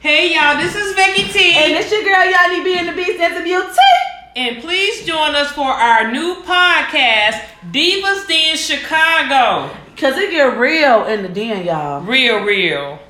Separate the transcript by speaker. Speaker 1: Hey y'all, this is Vicky T.
Speaker 2: And it's your girl, Yanni B, and the Beast SMUT.
Speaker 1: And please join us for our new podcast, Divas Den Chicago.
Speaker 2: Because it get real in the den, y'all.
Speaker 1: Real, real.